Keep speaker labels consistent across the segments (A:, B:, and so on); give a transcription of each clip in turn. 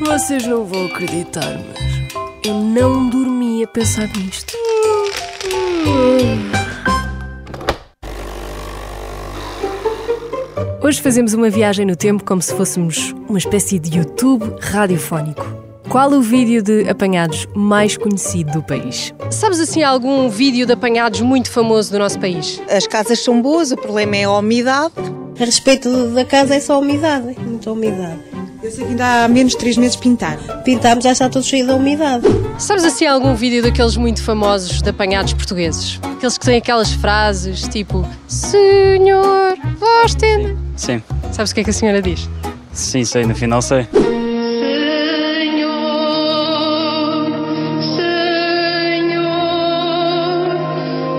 A: Vocês não vão acreditar, mas eu não dormi a pensar nisto. Hoje fazemos uma viagem no tempo como se fôssemos uma espécie de YouTube radiofónico. Qual o vídeo de apanhados mais conhecido do país? Sabes assim algum vídeo de apanhados muito famoso do nosso país?
B: As casas são boas, o problema é a umidade.
C: A respeito da casa é só a umidade, é muita umidade.
B: Eu sei que ainda há menos de 3 meses pintaram.
C: Pintámos, já está tudo cheio de umidade.
A: Sabes assim algum vídeo daqueles muito famosos de apanhados portugueses? Aqueles que têm aquelas frases tipo Senhor, vós tende.
D: Sim,
A: Sabes o que é que a senhora diz?
D: sim, sei, no final sei.
E: Senhor, Senhor,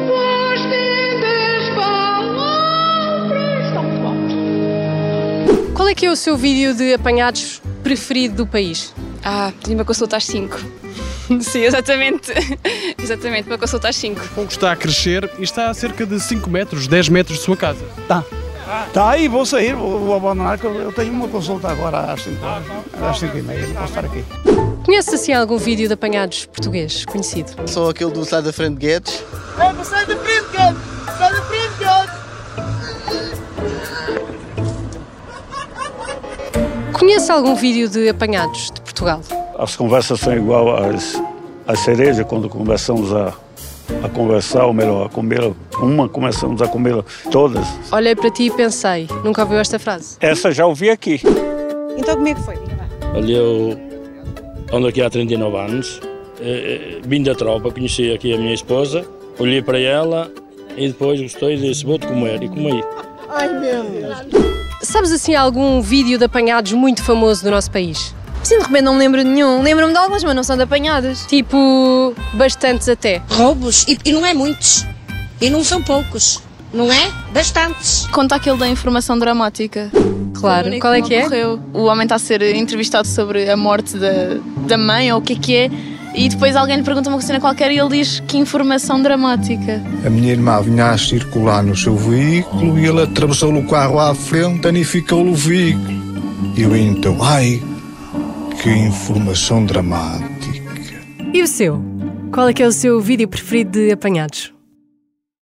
E: vós tendes palavras. Está muito bom.
A: Qual é que é o seu vídeo de apanhados preferido do país?
F: Ah, tinha uma consulta às 5. Sim, exatamente. Exatamente, uma consulta às 5.
G: O fogo está a crescer e está a cerca de 5 metros, 10 metros de sua casa.
H: Tá, e vou sair, vou, vou abandonar, que eu, eu tenho uma consulta agora às 5 horas, às 5 e meia, não posso estar aqui.
A: Conheces assim algum vídeo de apanhados português conhecido?
I: Só aquele do Sai da Frente Guedes.
A: Conheces algum vídeo de apanhados de Portugal?
H: As conversas são igual às, às cerejas, quando começamos a, a conversar, ou melhor, a comer uma, começamos a comer todas.
A: Olhei para ti e pensei, nunca ouviu esta frase?
H: Essa já ouvi aqui.
B: Então como é que foi?
J: Ali eu ando aqui há 39 anos, eh, eh, vim da tropa, conheci aqui a minha esposa, olhei para ela e depois gostei e disse, vou-te comer, e é. comi.
A: Sabes assim algum vídeo de apanhados muito famoso do nosso país?
F: Sim, de repente não me lembro de nenhum. Lembro-me de algumas, mas não são de apanhadas.
A: Tipo, bastantes até.
C: Roubos, e, e não é muitos, e não são poucos, não é? Bastantes.
F: Conta aquele da informação dramática.
A: Claro. Qual é que é?
F: Ocorreu. O homem está a ser entrevistado sobre a morte da, da mãe ou o que é que é. E depois alguém lhe pergunta uma cena qualquer e ele diz que informação dramática.
K: A minha irmã vinha a circular no seu veículo e ele atravessou o carro à frente, danificou-lhe o veículo. E eu então, ai, que informação dramática.
A: E o seu? Qual é que é o seu vídeo preferido de apanhados?